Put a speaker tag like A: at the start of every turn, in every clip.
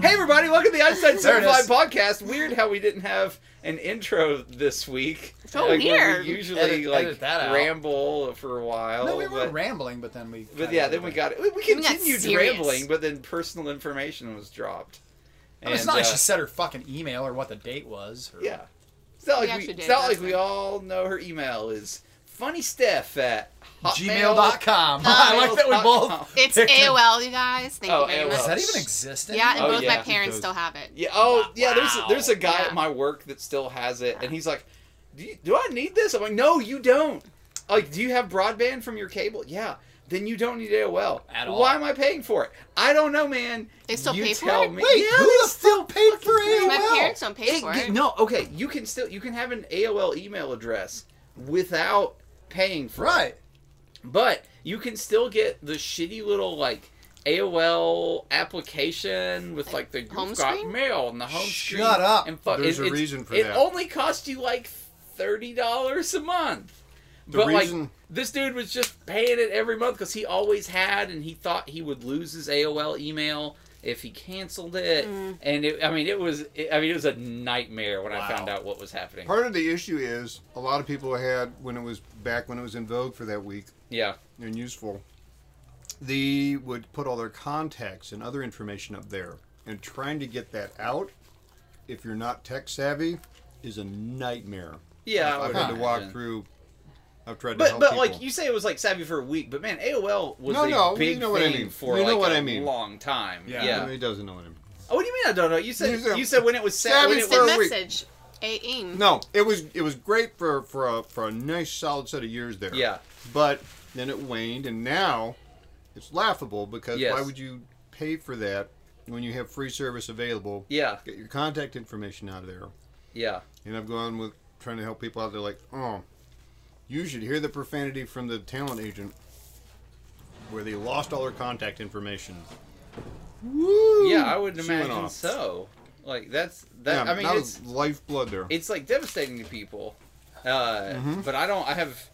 A: Hey everybody, welcome to the Einstein
B: There it
A: Certified
B: is.
A: Podcast. Weird how we didn't have an intro this week.
C: So
A: like, when
C: weird.
A: We usually
B: Edit-
A: like
B: edit that out.
A: ramble for a while.
B: No, we were
A: Oh, but,
B: rambling, but then we.
A: but yeah, then we got we, we
C: We got
A: continued
C: serious.
A: rambling, but then personal information was dropped.
B: I mean, it's
A: And,
B: not like
A: uh,
B: she said her fucking email or what the date was. Or,
A: Yeah. It's not
C: We
A: like we,
C: actually
A: it's
C: did,
A: not
C: that's
A: like we
C: right.
A: all know her email is funny stuff at hotmail.
B: Gmail.com. I like that we both.
A: hotmail.com.
C: It's
B: picked it.
C: AOL, you guys. Thank
A: Oh,
C: you very
A: AOL.
C: much.
B: Does that even exist
C: Yeah, and
A: Oh,
B: anymore?
C: both
A: yeah.
C: my parents
D: Because-
C: still have it.
A: Yeah. Oh, yeah. There's
D: Wow.
A: there's a guy at
C: Yeah.
A: my work that still has it, and he's like, do, you, "Do I need this?" I'm like, "No, you don't. Like, do you have broadband from your cable? Yeah. Then you don't need AOL
B: At all.
A: Why am I paying for it? I don't know, man.
C: They still
A: you
C: pay for
A: tell
C: it?
A: Me.
B: Wait,
A: Yeah,
B: who the still paid for AOL?
C: My parents don't pay
A: It-
C: for it.
A: No, okay. You can still you can have an AOL email address without paying for it.
B: Right.
A: But you can still get the shitty little like AOL application with like the
C: Home
A: you've got
C: screen?
A: mail and the home screen.
B: Shut up.
A: And fu-
D: There's
A: it-
D: a
A: it's-
D: reason for
A: it
D: that.
A: only costs you like thirty dollars a month.
D: The
A: but like
D: reason-
A: this dude was just paying it every month because he always had, and he thought he would lose his AOL email if he canceled it.
C: Mm.
A: And it, I mean, it was it, I mean it was a nightmare when I
B: Wow.
A: found out what was happening.
D: Part of the issue is a lot of people had when it was back when it was in vogue for that week
A: yeah,
D: and useful. They would put all their contacts and other information up there, and trying to get that out, if you're not tech savvy, is a nightmare.
A: yeah. I
D: I've
A: would
D: had to walk
A: imagine.
D: through. I've tried to
A: But
D: help
A: but
D: people.
A: like you say, it was like savvy for a week. But man, AOL was
D: No,
A: a
D: no,
A: big
D: you know
A: thing
D: what I mean.
A: for
D: You know
A: like
D: what
A: a
D: I mean.
A: long time. Yeah.
B: Yeah.
D: he doesn't know what I mean.
A: Oh, what do you mean? I don't know. You said you
D: You
A: said,
D: said-
A: when it was sad.
D: Savvy
A: When it
D: for
C: Instant
A: was,
D: a week.
C: message. AIM.
D: No, it was it was great for for a for a nice solid set of years there.
A: yeah.
D: But then it waned, and now it's laughable because
A: Yes.
D: why would you pay for that when you have free service available?
A: Yeah.
D: Get your contact information out of there.
A: Yeah.
D: And I've gone with trying to help people out. They're like, oh, you should hear the profanity from the talent agent where they lost all their contact information. Woo!
A: Yeah. I would
D: She went
A: imagine
D: off.
A: so. Like that's that.
D: yeah,
A: I mean,
D: that
A: it's
D: was lifeblood there.
A: it's like devastating to people. Uh,
B: Mm-hmm.
A: But I don't. I have.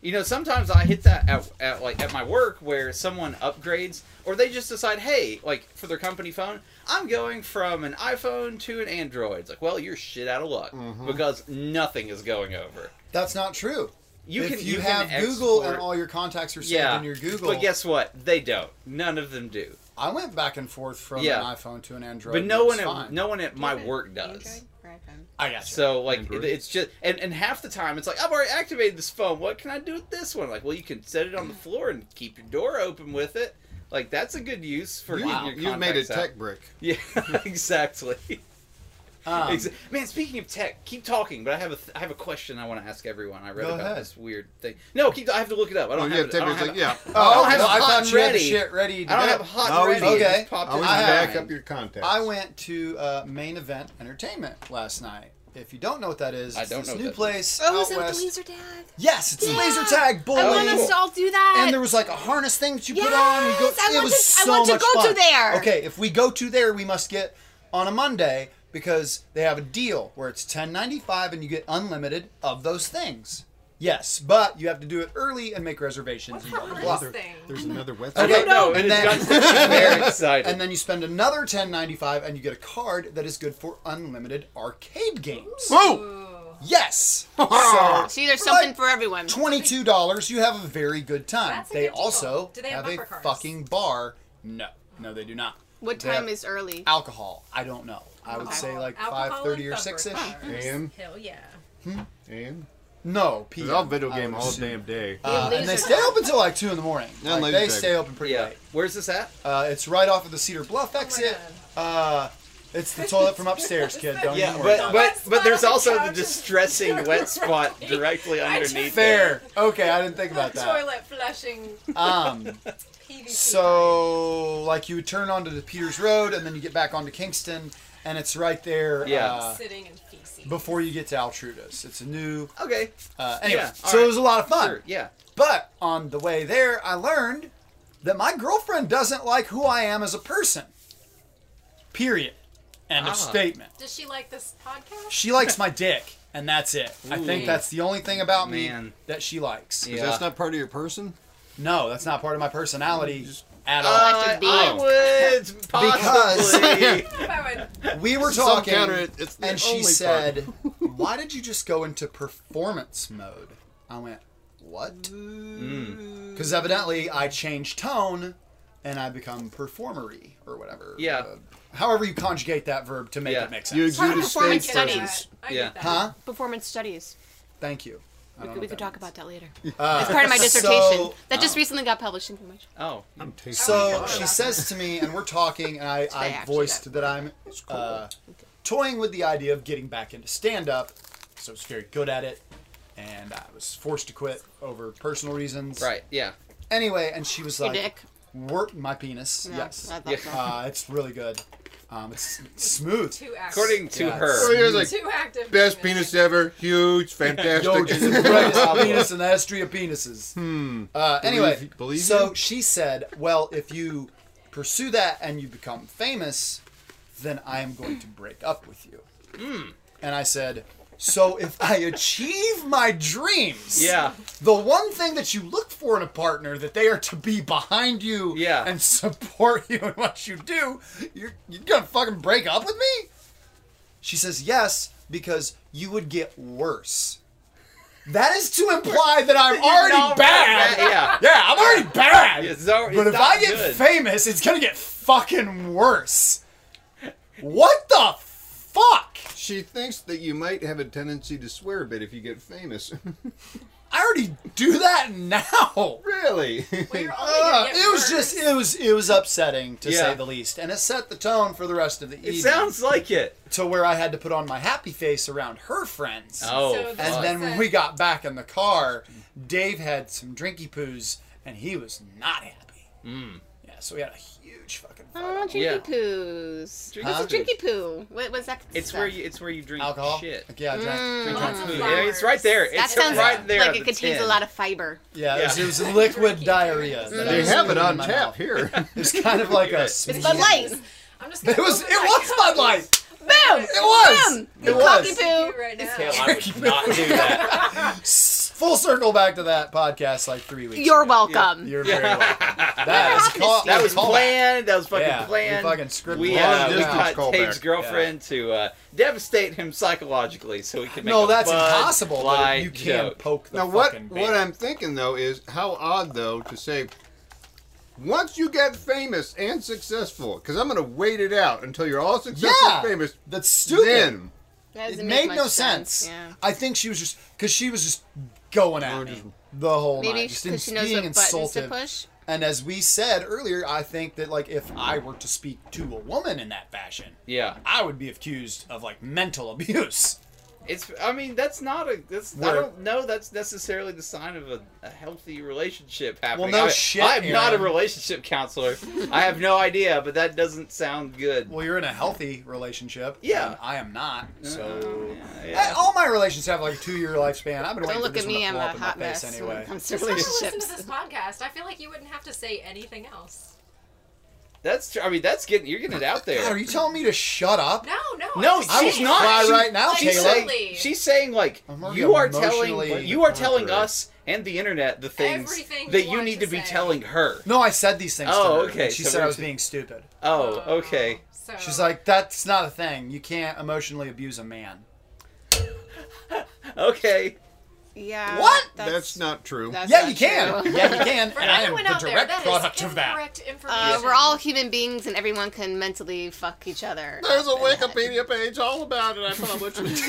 A: You know, sometimes I hit that at, at like at my work where someone upgrades, or they just decide, hey, like for their company phone, I'm going from an iPhone to an Android. It's like, well, you're shit out of luck
B: Mm-hmm.
A: because nothing is going over.
B: That's not true.
A: You
B: if
A: can
B: you,
A: you
B: have
A: can
B: Google
A: export-
B: and all your contacts are saved
A: yeah,
B: in your Google.
A: But guess what? They don't. None of them do.
B: I went back and forth from
A: Yeah.
B: an iPhone to an Android.
A: But
B: and
A: no
B: it
A: one,
B: was
A: at,
B: fine.
A: no one at my
C: Android?
A: work does.
C: Android or iPhone?
B: I got you.
A: So like
D: Android.
A: it- it's just and, and half the time it's like I've already activated this phone. What can I do with this one? Like, well, you can set it on the floor and keep your door open with it. Like that's a good use for
D: you,
A: getting your
D: you've made a
A: contacts out.
D: tech brick.
A: Yeah, exactly.
B: Um,
A: Exa- Man, speaking of tech, keep talking. But I have a th- I have a question I want to ask everyone. I read
B: Go
A: about
B: ahead.
A: this weird thing. No, keep. I have to look it up. I
D: Oh,
A: don't
D: yeah,
A: have. it, I
D: tech
A: don't
D: brick's
A: have
D: like,
A: it.
D: yeah.
B: Oh,
A: I don't have
B: no, I
A: hot
B: thought
A: and
B: you had the
A: ready.
B: shit ready. To
A: I don't
B: go.
A: have hot
D: No,
A: and
D: we
A: ready.
B: don't.
A: It just
B: Okay.
A: popped
D: I
A: in
D: was
A: my
B: I have-
D: back
A: mind.
D: up your contacts.
B: I went to uh, Main Event Entertainment last night. If you don't know what that is,
A: I
B: it's
A: don't
B: this
A: know what
B: new
A: that is.
B: place
C: Oh,
B: out
C: is it with
B: west.
C: the laser tag?
B: Yes, it's
C: Yeah.
B: laser tag bowling.
C: I
A: Oh,
C: want
A: cool.
C: us to all do that.
B: and there was like a harness thing that you
C: Yes,
B: put on. You go,
C: I
B: it
C: want
B: was
C: to- I
B: so
C: want to
B: much
C: go to
B: fun.
C: there.
B: Okay, if we go to there, we must get on a Monday because they have a deal where it's ten ninety five and you get unlimited of those things. Yes, but you have to do it early and make reservations. and blah, blah, blah.
E: Harness thing.
D: There's another website.
B: Okay.
A: don't know.
B: And
A: It
B: then-
A: just got very excited.
B: And then you spend another ten ninety five and you get a card that is good for unlimited arcade games.
D: Whoa!
B: Yes. so
C: See, there's something
B: Like,
C: for everyone.
B: twenty-two dollars, you have a very good time.
E: That's a
B: they
E: good deal.
B: also
E: Do they
B: have,
E: have
B: a
E: bumper cars?
B: fucking bar. No, no, they do not.
C: What
B: They have
C: time is early?
B: alcohol? I don't know. I would
C: Okay.
B: say like
E: Alcohol
B: five thirty or
E: and
B: six ish.
E: bumper cars.
D: And?
E: Hell yeah.
D: And?
B: No, p.
D: It's all video
B: I
D: game
B: would
D: all
B: assume.
D: damn day.
B: Uh,
C: Yeah,
B: and they
C: laser
B: stay
C: tag.
B: open till like two in the morning.
D: Yeah,
B: Like,
D: later
B: they
D: tag.
B: stay open pretty
A: yeah.
B: late.
A: Where's this at?
B: Uh, it's right off of the Cedar
E: Oh
B: Bluff exit. Uh, it's the toilet from upstairs, kid. Don't
A: Yeah,
B: even worry.
A: but
B: about it.
A: but
E: wet spot
A: but there's
E: on the
A: also the
E: couch is-
A: distressing wet spot directly
E: I just-
A: underneath.
B: fair. Okay, I didn't think
E: The
B: about that.
E: toilet flushing
B: Um,
E: PVC.
B: so like you would turn onto the Peters Road and then you get back onto Kingston, and it's right there.
A: Yeah.
B: uh,
E: sitting in feces.
B: before you get to Altrudas, it's a new.
A: It. Okay,
B: Uh, anyway,
A: Yeah, all
B: so
A: right.
B: it was a lot of fun.
A: sure, yeah.
B: But on the way there, I learned that my girlfriend doesn't like who I am as a person. Period. End
A: Ah.
B: of statement.
E: Does she like this podcast?
B: She likes my dick, and that's it. I think
A: Ooh.
B: that's the only thing about me
A: Man.
B: that she likes.
A: Yeah.
D: That's not part of your person?
B: No, that's not part of my personality.
D: Mm, Just
B: at all.
A: Uh,
C: Electric bee.
A: I would possibly.
E: I would
B: we were
D: Some
B: talking,
D: counter, it- it's the
B: and she
D: only part.
B: said, "Why did you just go into performance mode?" I went, "What?"
D: Mm.
A: Mm.
B: Because evidently, I changed tone, and I become performery or whatever.
A: Yeah.
B: Uh, however, you conjugate that verb to make
A: Yeah.
B: it make
D: You
B: sense.
C: part of
D: exude a
C: performance
D: stage
E: get
C: studies.
D: presence.
E: that. I
A: Yeah.
E: get that.
B: Huh?
C: Performance studies.
B: Thank you. I
C: We
B: don't
C: could,
B: know
C: we
B: what
C: could
B: that
C: talk
B: means.
C: about that later.
A: Uh,
C: it's part of my dissertation.
B: so-
C: that just recently got published information.
A: oh,
D: I'm tasting
B: So
E: Oh my
D: it.
E: God.
B: she says to me, and we're talking, and I, I
C: actually
B: voiced that I'm uh, toying with the idea of getting back into stand up. So I was very good at it, and I was forced to quit over personal reasons.
A: right, yeah.
B: Anyway, and she was
C: Your
B: like,
C: dick.
B: "Work my penis."
C: No,
B: yes.
C: I thought
A: Yeah.
C: so.
B: Uh, it's really good. Um, it's smooth.
E: Too active.
A: According to
B: Yeah,
A: her,
D: So here's Oh, like
E: Too active.
D: best penis ever, huge, fantastic.
B: Yo, just the greatest penis in the history of penises. Hmm. Uh, anyway,
D: Believe- believe
B: so
D: you?
B: she said, "Well, if you pursue that and you become famous, then I am going to break up with you." And I said, "So if I achieve my dreams,
A: yeah,
B: the one thing that you look for in a partner that they are to be behind you
A: Yeah.
B: and support you in what you do, you're you're gonna fucking break up with me? She says yes, because you would get worse. That is to imply that I'm already
A: not
B: bad.
A: bad,
B: Yeah, I'm already bad.
A: It's not- it's
B: but if
A: not
B: I get
A: good.
B: famous, it's gonna get fucking worse. What the fuck?
D: She thinks that you might have a tendency to swear a bit if you get famous.
B: I already do that now.
D: really?
E: Well, you're only
B: Uh,
E: gonna get
B: it was
E: worse.
B: just it was it was upsetting to
A: Yeah.
B: say the least, and it set the tone for the rest of the
A: it
B: evening.
A: sounds like it.
B: to where I had to put on my happy face around her friends.
A: Oh,
E: So
A: fuck.
B: and then when we got back in the car, Dave had some drinky poos, and he was not happy.
A: Mm.
B: Yeah, so we had a huge fucking fight.
C: Oh, drinky
A: uh, Yeah.
C: poos.
A: Drinky
C: What's a
A: poos.
C: drinky poo? What was that?
A: it's
C: stuff?
A: where you it's where you drink
B: Alcohol.
A: shit.
B: Yeah, I drank.
A: Drink
E: Lots
A: on
E: of
A: food.
E: flowers.
A: Yeah, it's right there.
C: That
A: It's
C: sounds
A: right there.
C: like
A: at
C: it
A: the
C: contains a
A: tin.
C: lot of fiber.
B: Yeah, It, was,
A: Yeah.
B: it was liquid diarrhea. that I
D: they
B: was
D: have it
B: spitting in
D: on
B: my
D: tap
B: mouth.
D: here.
B: It was kind of like a.
A: It's
C: It's
B: smear.
C: Bud Light.
E: I'm just
B: It
E: gonna
B: was. It
E: open my
B: was Bud
E: copies.
B: Light.
C: Boom!
E: It
B: was!
C: Boom!
B: It
C: You
B: was.
C: cocky
E: Do it
C: poo.
E: Right now.
A: Hell, I would not do that.
B: Full circle back to that podcast like three weeks.
C: You're
B: ago.
C: welcome.
B: You're very welcome. That is call,
A: That was
B: callback.
A: planned. That was fucking
B: Yeah, we
A: planned.
B: fucking scripted
A: We,
B: it.
A: uh,
D: Long
A: we
D: distance
A: got
D: callback.
A: Tave's girlfriend to uh, devastate him psychologically so he can make
B: No,
A: a
B: that's
A: Bud
B: impossible. But
A: Light
B: you can
A: joke.
B: poke the
D: now what
B: fucking
D: what I'm thinking though is how odd though to say once you get famous and successful, because I'm gonna wait it out until you're all successful
B: Yeah.
D: and famous.
B: That's stupid.
D: Then
C: That
B: it
C: doesn't
B: made
C: make much
B: no sense.
C: Yeah.
B: I think she was just because she was just going at
D: Or
B: me
D: just-
B: the whole
C: Maybe
B: night, just in,
C: because she knows
B: being
C: what buttons to
B: insulted.
C: push.
B: And as we said earlier, I think that like if I were to speak to a woman in that fashion,
A: Yeah,
B: I would be accused of like mental abuse.
A: it's. I mean, that's not a. That's, I
B: Where-
A: don't know. That's necessarily the sign of a, a healthy relationship happening.
B: no
A: I,
B: shit,
A: I'm not a
B: Aaron.
A: relationship counselor. I have no idea, but that doesn't sound good.
B: Well, you're in a healthy relationship.
A: Yeah.
B: and I am not. So
A: Oh, Yeah,
B: I-
A: yeah.
B: all my relationships have like a two year lifespan. I've been
C: Don't
B: waiting
C: look
B: for this
C: at me.
B: one
C: I'm
B: to blow
C: a
B: up in my
C: hot
B: face
C: mess when
B: anyway.
C: it comes to
E: Just go listen to
C: relationships.
E: this podcast. I feel like you wouldn't have to say anything else.
A: That's. tr- I mean, that's getting. You're getting it out
B: God,
A: there.
B: are you telling me to shut up?
E: No, no.
A: No,
E: I'm
A: she's
E: just
B: I would
E: saying.
A: not.
B: cry
A: She-
B: right now,
E: like,
A: She's
B: Kayla.
A: saying,
E: Totally.
A: she's saying like
B: I'm already
A: you are telling
B: emotionally
A: you are telling
D: conquered.
A: us and the internet the things
E: Everything you
A: that you
E: want
A: need to
E: to
A: be
E: say.
A: telling her.
B: No, I said these things
A: Oh,
B: to her.
A: okay,
B: and She
A: so
B: said I
A: we're
B: was
A: t-
B: being stupid.
A: Oh, okay.
E: So
B: She's like, that's not a thing. You can't emotionally abuse a man.
A: Okay.
C: Yeah.
B: What?
D: that's, not true.
C: that's
B: yeah,
C: not
B: you can.
C: true.
B: Yeah, you can.
E: For
B: and I am
E: anyone
B: the
E: out there,
B: direct
E: that is
B: product of that.
E: incorrect information.
C: Uh, we're all human beings, and everyone can mentally fuck each other.
D: There's a
C: up and-
D: Wikipedia page all about it. I published it.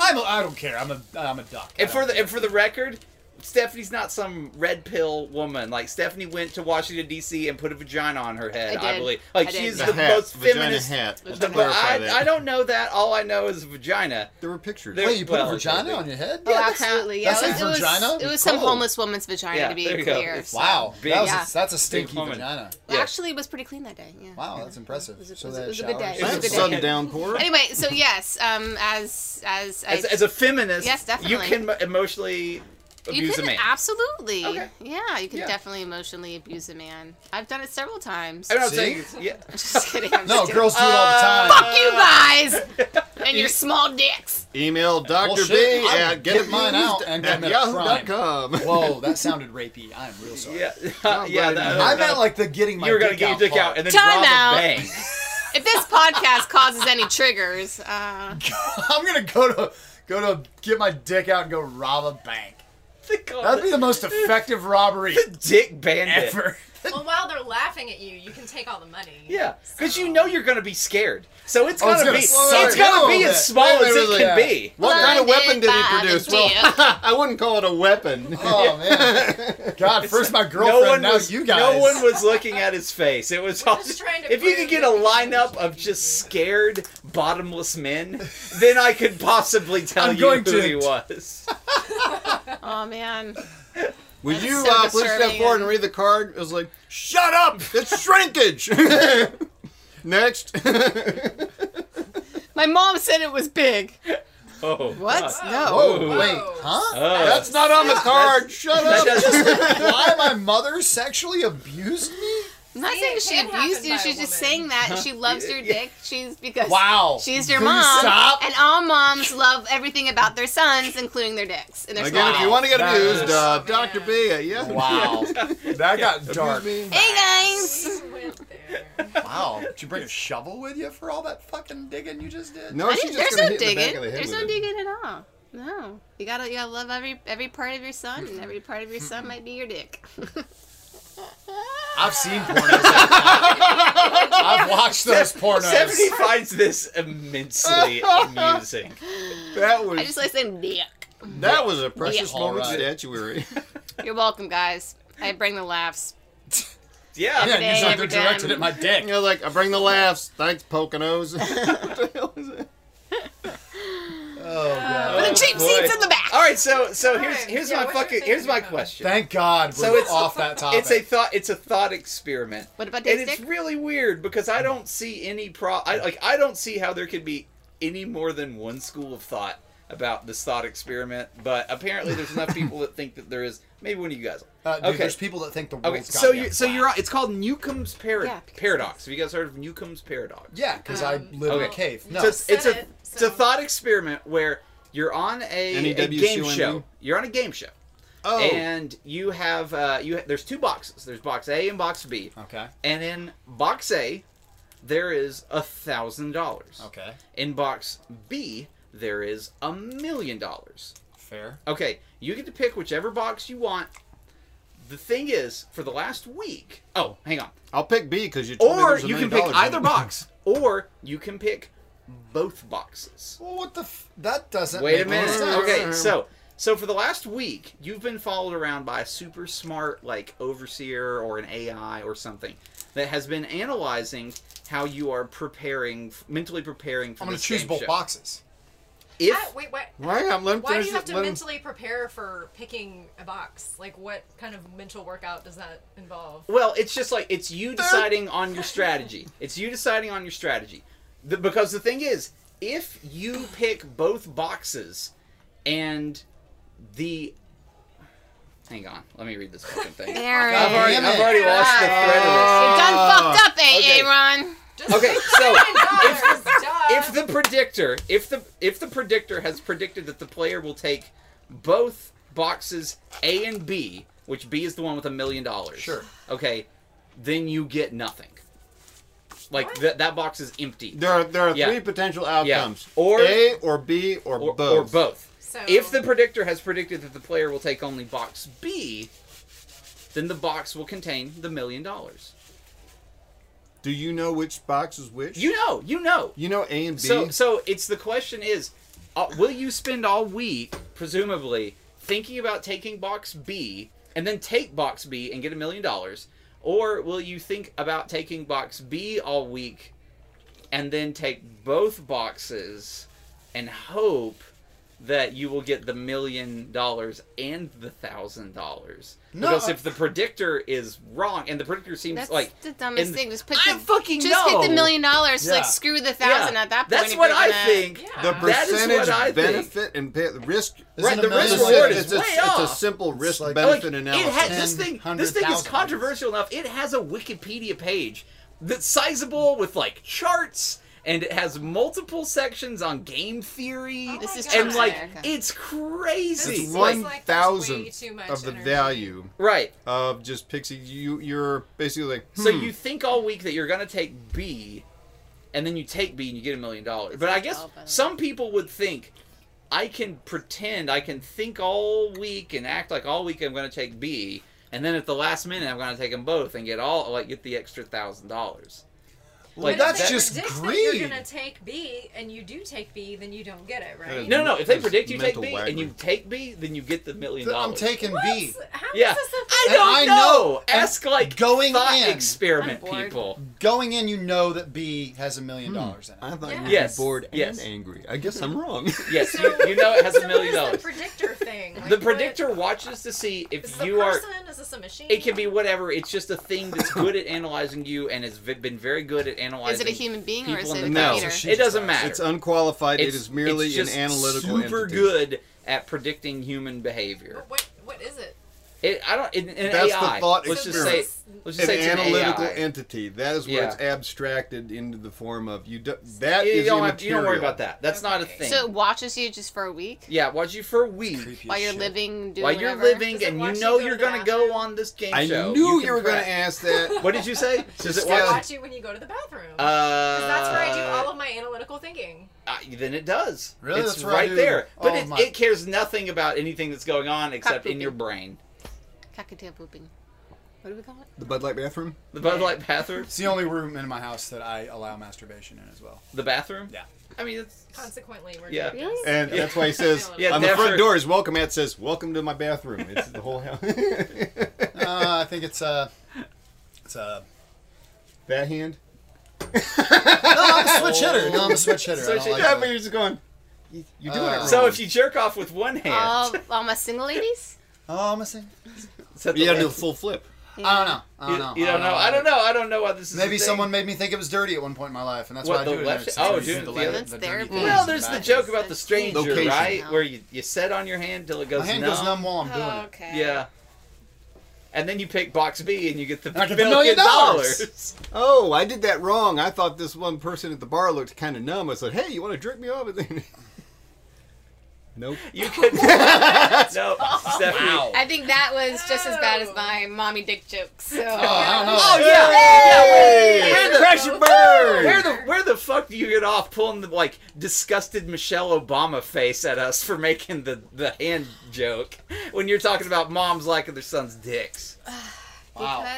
B: I'm a, I don't care. I'm a I'm a duck.
A: And
B: I
A: for
B: don't-
A: the and for the record, Stephanie's not some red pill woman. Like Stephanie went to Washington D.C. and put a vagina on her head.
C: I
A: I,
C: did.
A: believe. Like
C: I
A: she
C: did.
A: is
D: The
A: the
D: hat,
A: most
D: vagina
A: feminist.
D: hat.
A: the-
D: Let's
A: but
D: clarify
A: I,
D: that.
A: I don't know that. All I know is vagina.
D: There were pictures.
A: There-
B: Wait, you put
A: well,
B: a vagina
A: okay.
B: on your head?
C: Oh, absolutely. Yeah,
B: that's
C: it
B: a
C: was, it was-
B: vagina?
C: It was,
B: It's
C: some
B: cold.
C: homeless woman's vagina,
A: Yeah,
C: to be
A: there you go.
C: clear.
A: It's
C: so-
B: Wow,
A: Big-
B: that was
C: Yeah.
B: a, that's a stinky
A: woman.
B: vagina.
A: Yeah.
C: Actually, it was pretty clean that day. Yeah.
B: Wow, that's impressive.
C: It was a-
B: so
C: it was a-
B: they
C: it was a
B: had
C: good
B: showers?
C: day. It was a
D: That's
C: good
D: sudden
C: day.
D: downpour.
C: Anyway, so yes, um, as as I,
A: As, as a feminist,
C: Yes,
A: you
C: definitely.
A: can mo- emotionally
C: you
A: abuse
C: can
A: a man.
C: absolutely,
A: Okay.
C: yeah, you can
A: Yeah.
C: definitely emotionally abuse a man. I've done it several times.
A: I mean, I'm
B: See?
A: saying, yeah.
C: just kidding. I'm
B: No,
C: just kidding.
B: girls do it all the time.
C: Fuck you guys. and your small dicks.
D: Email Dr.
B: Bullshit.
D: B
B: I
D: at
B: would get mine out and
D: at
B: commit a crime.
D: yahoo.com.
B: Whoa, that sounded rapey. I'm real sorry.
A: Yeah,
D: I'm
A: yeah.
D: glad
A: that-
D: you-
A: that-
B: I meant like the getting my
A: you were gonna
B: dick
A: get your
B: out
A: dick
B: part.
A: out and then
C: Time
A: rob a
C: out.
A: bank.
C: If this podcast causes any triggers, uh,
B: I'm gonna go to go to get my dick out and go rob a bank.
A: They call
B: That'd be
A: it
B: the most effective robbery
A: dick bandit.
B: ever.
E: Well, while they're laughing at you, you can take all the money.
A: Yeah, because
E: So-
A: you know you're gonna be scared, so it's
B: Oh,
A: gonna,
B: it's gonna
A: be
B: suck.
A: it's gonna
B: Wait
A: be
B: a minute,
A: as small
D: wait a
A: as
D: minute,
A: it can
D: yeah.
A: be.
D: What kind of weapon
C: Blinded
D: did he
C: by the
D: produce? Well, I wouldn't call it a weapon.
B: Oh man, God! First my girlfriend,
A: no one
B: now
A: was
B: you guys.
A: no one was looking at his face. It was all
E: just
A: just-
E: trying to
A: if you
E: prove
A: could get a
E: that we
A: lineup
E: changed
A: of
E: you.
A: just scared bottomless men, then I could possibly tell
B: I'm
A: you
B: going
A: who
B: to-
A: he was.
C: oh man,
D: Would you
C: so
D: uh, please step
C: disturbing.
D: forward and read the card? It was like, shut up! It's shrinkage! Next.
C: my mom said it was big.
A: Oh,
C: What?
A: God.
C: No.
B: Whoa,
A: Ooh.
B: wait, huh?
A: Oh.
D: That's not on the card! Shut
A: That
D: up!
A: doesn't-
B: Why my mother sexually abused me?
C: I'm not
E: See,
C: saying
E: it
C: she
E: can
C: abused
E: happen by
C: you.
E: a
C: She's just
E: woman.
C: saying that she loves your
A: Yeah.
C: dick. She's because
B: Wow.
C: she's your
B: Please
C: mom,
B: stop.
C: and all moms love everything about their sons, including their dicks and their
D: Again,
C: small
D: if you want to get
B: Wow.
D: abused, uh,
E: That is-
D: Dr. B at Yahoo.
B: Wow, that got dark.
D: Abuse me.
C: Hey guys.
E: You went there.
B: Wow, did you bring a shovel with you for all that fucking digging you just did?
D: No,
C: I
D: she's
C: didn't, there's
D: just going
C: no
D: to hit in the back
C: digging.
D: of the head
C: There's
D: with
C: no
D: it.
C: digging at all. No, you gotta you gotta love every every part of your son, and every part of your son might be your dick.
B: I've seen pornos. like that. I've watched those
A: Seventy
B: pornos.
A: finds this immensely amusing.
D: That
C: I
D: was,
C: just like saying dick.
D: that was a precious
B: Yeah.
D: moment
B: All right.
D: statuary.
C: You're welcome, guys. I bring the laughs.
A: Yeah,
B: Yeah, usually
C: every
B: they're directed
C: time.
B: at my dick.
D: You know, like, I bring the laughs. Thanks, Poconos. what the hell is that?
B: Oh god.
C: The cheap
A: boy.
C: seats in the back.
A: All right, so so here's
E: Alright,
A: here's
E: yeah,
A: my
E: what's your
A: fucking
E: thing
A: here's my
E: about it?
A: question.
B: Thank God we're
A: So it's-
B: off that topic.
A: It's a thought. It's a thought experiment.
C: What about
A: and
C: Dave's
A: it's
C: dick?
A: really weird because I don't see any pro. I, like I don't see how there could be any more than one school of thought about this thought experiment. But apparently, there's enough people that think that there is. Maybe one of you guys.
B: Uh, dude,
A: okay.
B: There's people that think the world's
A: okay.
B: got
A: So you so you're right. It's called Newcomb's par-
C: Yeah, because
A: paradox. Have you guys heard of Newcomb's paradox?
B: yeah, because I
E: Um,
B: live in a
A: okay.
B: cave. No,
A: So it's, it's a
E: Said it,
A: it's a
E: so-
A: thought experiment where you're on a, a
D: NEW
A: game
D: CUNY?
A: show. You're on a game show.
D: Oh.
A: And you have uh, you ha- there's two boxes. There's box A and box B.
B: okay,
A: And in box A, there is a thousand dollars.
B: okay,
A: In box B, there is a million dollars.
B: fair.
A: Okay, you get to pick whichever box you want. The thing is, for the last week, oh, hang on,
D: I'll pick B because you told me
A: or
D: there's a
A: you can
D: million
A: pick
D: dollars in
A: either
D: it.
A: box, or you can pick both boxes.
B: Well, what the? F- that doesn't.
A: Wait a
B: make any
A: minute.
B: sense.
A: Okay, so so for the last week, you've been followed around by a super smart like overseer or an AI or something that has been analyzing how you are preparing, mentally preparing for.
B: I'm gonna
A: this
B: choose
A: game
B: both
A: show.
B: boxes.
E: Ah,
A: If
E: wait, what?
D: Why, I'm let him
E: Why do
D: finish
E: you
D: it,
E: have to
D: let him-
E: mentally prepare for picking a box? Like, what kind of mental workout does that involve?
A: well, it's just like it's you deciding on your strategy. It's you deciding on your strategy, the, because the thing is, if you pick both boxes, and the hang on, let me read this fucking thing.
C: There
A: I've
C: it
A: already,
C: is.
B: Damn
A: I've
B: it.
A: already lost the thread of this.
C: You're done fucked up, eh, AA
A: Okay.
C: Ron.
E: Just
A: Okay, so
E: $1,000, duh.
A: if the predictor if the if the predictor has predicted that the player will take both boxes A and B, which B is the one with a million dollars.
B: Sure.
A: Okay, then you get nothing. Like
E: What?
A: that that box is empty.
D: There are there are
A: Yeah.
D: three potential outcomes:
A: Or-
D: A or B or,
A: Or
D: both.
A: or both.
E: So-
A: If the predictor has predicted that the player will take only box B, then the box will contain the million dollars.
D: Do you know which box is which?
A: You know, you know.
D: You know A and B.
A: So, so it's the question is, uh, will you spend all week, presumably, thinking about taking box B and then take box B and get a million dollars, or will you think about taking box B all week and then take both boxes and hope that you will get the million dollars and the thousand dollars?
B: No,
A: because
B: I-
A: if the predictor is wrong, and the predictor seems
C: That's
A: like
C: the dumbest
A: and-
C: thing. Just put
A: I
C: the,
A: fucking
C: just get the
A: know.
C: million dollars.
B: Yeah.
C: Like screw the thousand
A: Yeah,
C: at that point.
A: that's
C: if
A: what
C: you're
A: I
C: gonna-
A: think.
E: Yeah.
D: the
A: That is what
D: percentage
A: I think.
D: benefit and pay, the risk.
B: Isn't
A: Right,
B: it
A: the
B: amazing?
A: risk reward
D: it's,
A: is
D: a,
A: way
D: it's a
A: off.
D: simple risk
B: like-
A: Like, oh,
D: benefit analysis.
A: It has, this
B: 10,
A: thing. This thing is
B: 100,000.
A: controversial enough. It has a Wikipedia page that's sizable with like charts and it has multiple sections on game theory.
E: Oh This
C: is
A: and
C: Trump's
A: like
C: America.
A: it's
E: This
A: crazy.
D: It's
E: is
A: like,
D: one
E: like there's way
D: thousandth
E: too much
D: of the
E: energy.
D: value
A: right.
D: of just Pixie. You you're basically like
A: So
D: hmm,
A: you think all week that you're gonna take B, and then you take B and you get a million dollars. But I
C: like
A: guess
C: all bad.
A: some people would think I can pretend I can think all week and act like all week I'm gonna take B, and then at the last minute I'm gonna take them both and get all like get the extra thousand dollars. Like
B: that's
A: that-
B: just
E: predict That
B: greed.
E: you're gonna take B, and you do take B, then you don't get it,
D: That
E: right?
D: is
A: No, no. If they
D: That's
A: predict you take
D: mental
A: B and you
D: waggery.
A: take B, then you get the million dollars.
B: I'm taking
E: What?
B: B.
E: How
A: Yeah,
E: is this
A: I
E: a-
B: And
A: don't
B: I
A: know.
B: know, and
A: Ask like
B: going
A: thought
B: in-
A: experiment
C: I'm bored.
A: people.
B: Going in, you know that B has a million dollars in it.
D: I thought
E: Yeah.
D: you'd
A: Yes,
D: be bored
A: yes.
D: and angry. I guess I'm wrong.
A: Yes,
E: So-
A: you, you know it has
E: so
A: a
E: what
A: million
E: is
A: dollars.
E: The predictor thing. Like,
A: The
E: what-
A: predictor watches to see
E: Is
A: if
E: this
A: you
E: a
A: are.
E: person? Is this a machine?
A: It can be whatever. It's just a thing that's good at analyzing you and has v- been very good at analyzing.
C: Is it a human being or
A: people
C: is
A: in
C: it
A: the
C: a
A: middle.
C: computer?
B: So she-
A: It doesn't matter.
D: it's unqualified. It's,
A: It's-
D: merely
A: it's just
D: an analytical.
A: Super
D: entity.
A: good at predicting human behavior.
E: But what what is it?
A: It, I don't. In, in
D: That's the
A: AI,
D: thought
A: let's just say.
D: experiment.
A: Let's
D: an
A: just say it's
D: analytical
A: an AI.
D: entity. That is where
A: Yeah.
D: it's abstracted into the form of you. Do, that
A: you,
D: is
A: don't have, you
D: immaterial.
A: don't worry about that. That's not a
E: Okay.
A: thing.
C: So it watches you just for a week
A: yeah, watch you for a week.
B: Creepy
C: while
B: as
C: you're
B: shit.
C: living, doing
A: while you're
C: whatever?
A: living
E: Does it
A: and you
E: watch you
A: know
E: go
A: you're
E: to the
A: gonna go
E: bathroom?
A: on this game
D: I
A: show.
D: knew
A: can
D: you were going
A: prep.
D: to ask that.
A: What did you say? Does it
E: Does it
A: watch?
E: watch you when you go to the bathroom?
A: Uh,
E: 'Cause that's where I do all of my analytical thinking.
A: uh, then it does.
B: Really?
A: It's
B: That's what I
A: right
B: do.
A: there. But
B: Oh,
A: it,
B: my-
A: it cares nothing about anything that's going on except in
C: pooping.
A: your brain.
C: Cockatiel pooping. What do we call it?
D: The Bud Light bathroom.
A: The Bud Light bathroom.
B: It's the only room in my house that I allow masturbation in as well.
A: The bathroom.
B: Yeah.
A: I mean, it's
E: Consequently, we're
A: Yeah.
E: doing
C: Really?
E: this.
D: And that's why he says
E: Yeah,
D: on the
A: never-
D: front door his welcome ad says "Welcome to my bathroom." It's the whole house.
B: Uh, I think it's uh, it's uh,
D: that hand.
B: no, Oh, I'm a switch hitter. No, I'm a switch hitter. I
A: Switch
B: don't like
A: hitter.
D: yeah,
B: that.
D: but you're just going. You, you're doing it
B: Uh,
D: wrong.
A: so. If you jerk off with one hand,
C: All, all my single ladies?
B: Oh, I'm a sing.
A: is that the
D: you gotta do a
A: left-
D: full flip.
B: I don't know. I
A: you,
B: don't know.
A: you don't know. I don't know. I don't know why this is. a
B: Maybe
A: thing.
B: someone made me think it was dirty at one point in my life, and that's
A: What,
B: why I
A: the
B: do it. in
A: left-
B: there, since
A: oh,
B: it's
A: doing
B: the
A: the other-
B: left-
C: That's
B: the dirty
C: therapy.
B: things
A: Well,
B: in the
A: there's the
B: back.
A: joke about the stranger,
D: Location.
A: right?
C: No.
A: Where you, you set on your hand till it goes
B: My hand
A: numb.
B: goes numb while I'm doing it.
C: okay.
A: Yeah. And then you pick box B and you get the
B: I get the
A: million,
B: million dollars.
A: dollars.
D: Oh, I did that wrong. I thought this one person at the bar looked kind of numb. I said, "Hey, you want to jerk me off?" And then- nope.
A: You could. no, Stephanie.
C: I think that was just as bad as my mommy dick jokes. So.
B: Oh, I don't know.
A: Oh yeah,
D: Hey!
A: yeah. Where, where,
D: Crash and burn!
A: the, where the where the fuck do you get off pulling the like disgusted Michelle Obama face at us for making the the hand joke when you're talking about moms liking their sons' dicks?
B: Wow.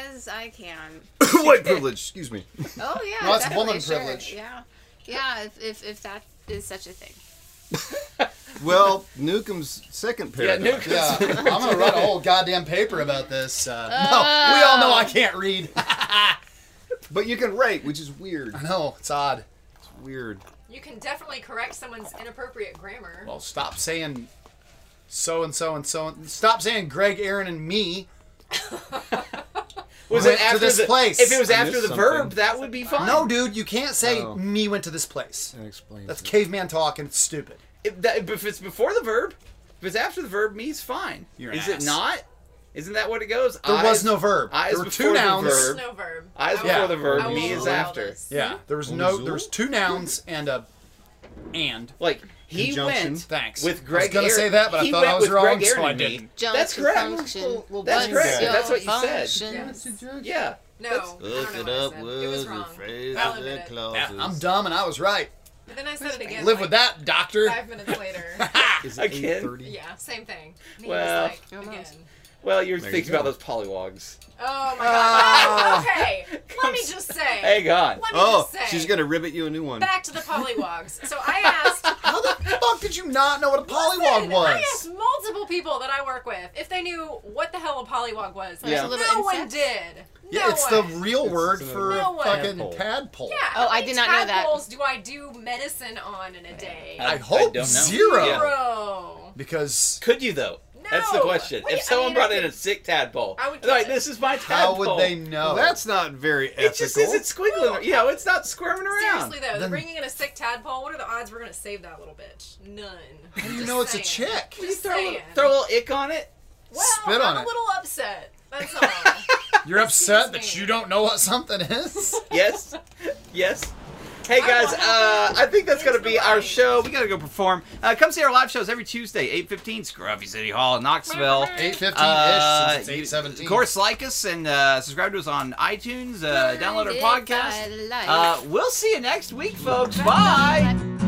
C: Because I can.
D: White privilege. Excuse me.
C: Oh yeah.
B: No, that's
C: definitely,
B: woman
C: sure.
B: privilege.
C: Yeah. Yeah, if, if if that is such a thing.
D: Well, Newcomb's second
A: Yeah,
D: paradigm.
A: Nuke.
B: Yeah, I'm gonna write a whole goddamn paper about this. Uh,
C: Oh.
B: No, we all know I can't read.
D: But you can write, which is weird.
B: I know it's odd.
D: It's weird.
E: You can definitely correct someone's inappropriate grammar.
B: Well, stop saying so and so and so. and Stop saying Greg, Aaron, and me.
A: Was
B: Went
A: it
B: to
A: after
B: this
A: the
B: place.
A: If it was
D: I
A: after
D: missed
A: the
D: something.
A: verb, that would be fine.
B: No, dude, you can't say
D: Oh.
B: me went to this place.
D: That explains.
B: That's
D: it.
B: caveman talk, and it's stupid.
A: If, that, if it's before the verb, if it's after the verb, me's fine.
B: You're an
A: Is
B: ass.
A: it not? Isn't that what it goes?
B: There was no verb.
A: eyes
B: There were
A: before
B: two
A: the
B: nouns.
A: verb.
E: There's no verb.
A: Eyes
E: I
A: before
E: will-
A: the verb,
E: I will
B: me is
E: allow
A: after.
E: this.
B: Yeah, there was
D: Only
B: no.
D: Zool?
B: There was two nouns and a and.
A: Like he
D: Conjunction.
A: went
B: Thanks.
A: with
B: I was
A: Greg.
B: gonna
A: Aaron-
B: say that, but I
A: he
B: thought I
A: went
B: was
A: with
B: wrong,
A: Greg
B: so
A: Aaron
B: I
A: and me.
B: didn't.
A: That's
C: Junction
A: correct.
C: function.
A: That's
C: What's
A: correct.
C: your
A: That's what you said.
C: function?
E: Yes.
A: Yeah.
E: No,
A: That's-
E: I don't know what I said. It was wrong. I'll admit it.
D: Oh,
B: Yeah, I'm dumb, and I was right.
E: But then I said it again.
B: Live
E: like,
B: with that, doctor.
E: Five minutes later.
D: Is
A: it Again?
E: yeah, same thing. And he
A: Well.
E: was like, again.
C: Almost.
A: Well, you're
D: There you
A: thinking
D: go.
A: about those polywogs.
E: Oh my
B: Ah.
E: god. okay, let me just say.
A: Hang on.
E: Let me
D: Oh,
E: just say.
D: she's gonna ribbit you a new one.
E: Back to the polywogs. So I asked.
B: How the fuck did you not know what a polywog
E: Listen, I
B: was?
E: asked multiple people that I work with if they knew what the hell a polywog was.
A: Yeah.
E: No
C: Little
E: one
C: insects?
E: did.
B: Yeah,
E: no
B: it's
E: one.
B: the real word
D: it's
B: for
E: a- No
B: a
E: way.
B: fucking
D: Tadpole.
B: tadpole.
E: Yeah.
C: Oh,
E: how
C: I
E: many
C: did not know that.
E: tadpoles do I do medicine on in a day?
B: I
A: I
B: hope
A: don't know.
B: zero.
A: Yeah.
E: Bro.
B: Because
A: Could you though? That's the
E: No.
A: question.
E: What do you-
A: if
E: I
A: someone
E: mean, I
A: brought in
E: could-
A: a sick tadpole,
E: I would
A: they're like,
E: get it.
A: "This is my
B: how
A: tadpole."
B: would they know?
D: Well, that's not very ethical.
A: It just isn't squiggling. You know, it's not squirming around.
E: Seriously though,
B: Then-
E: the bringing in a sick tadpole. What are the odds we're gonna save that little bitch? None. How
B: you know it's a chick.
A: you
E: Just
A: throw, a little,
E: saying.
A: throw a little ick on it.
E: Well,
B: Spit on
E: I'm
B: it.
E: a little upset. That's all.
B: You're upset
E: Excuse
B: that
E: me.
B: you don't know what something is.
A: Yes, yes. Hey guys, uh, I think that's
E: It's
A: gonna be
E: the
A: our
E: light.
A: show. We gotta go perform. Uh, come see our live shows every Tuesday, eight fifteen, Scruffy City Hall, in Knoxville.
B: Eight fifteen ish.
A: Uh,
B: since it's
A: you-
B: eight seventeen.
A: Of course, like us and uh, subscribe to us on iTunes. Uh, download our
C: Blinded by
A: podcast.
C: light.
A: Uh, we'll see you next week, folks. Bye.
C: Bye.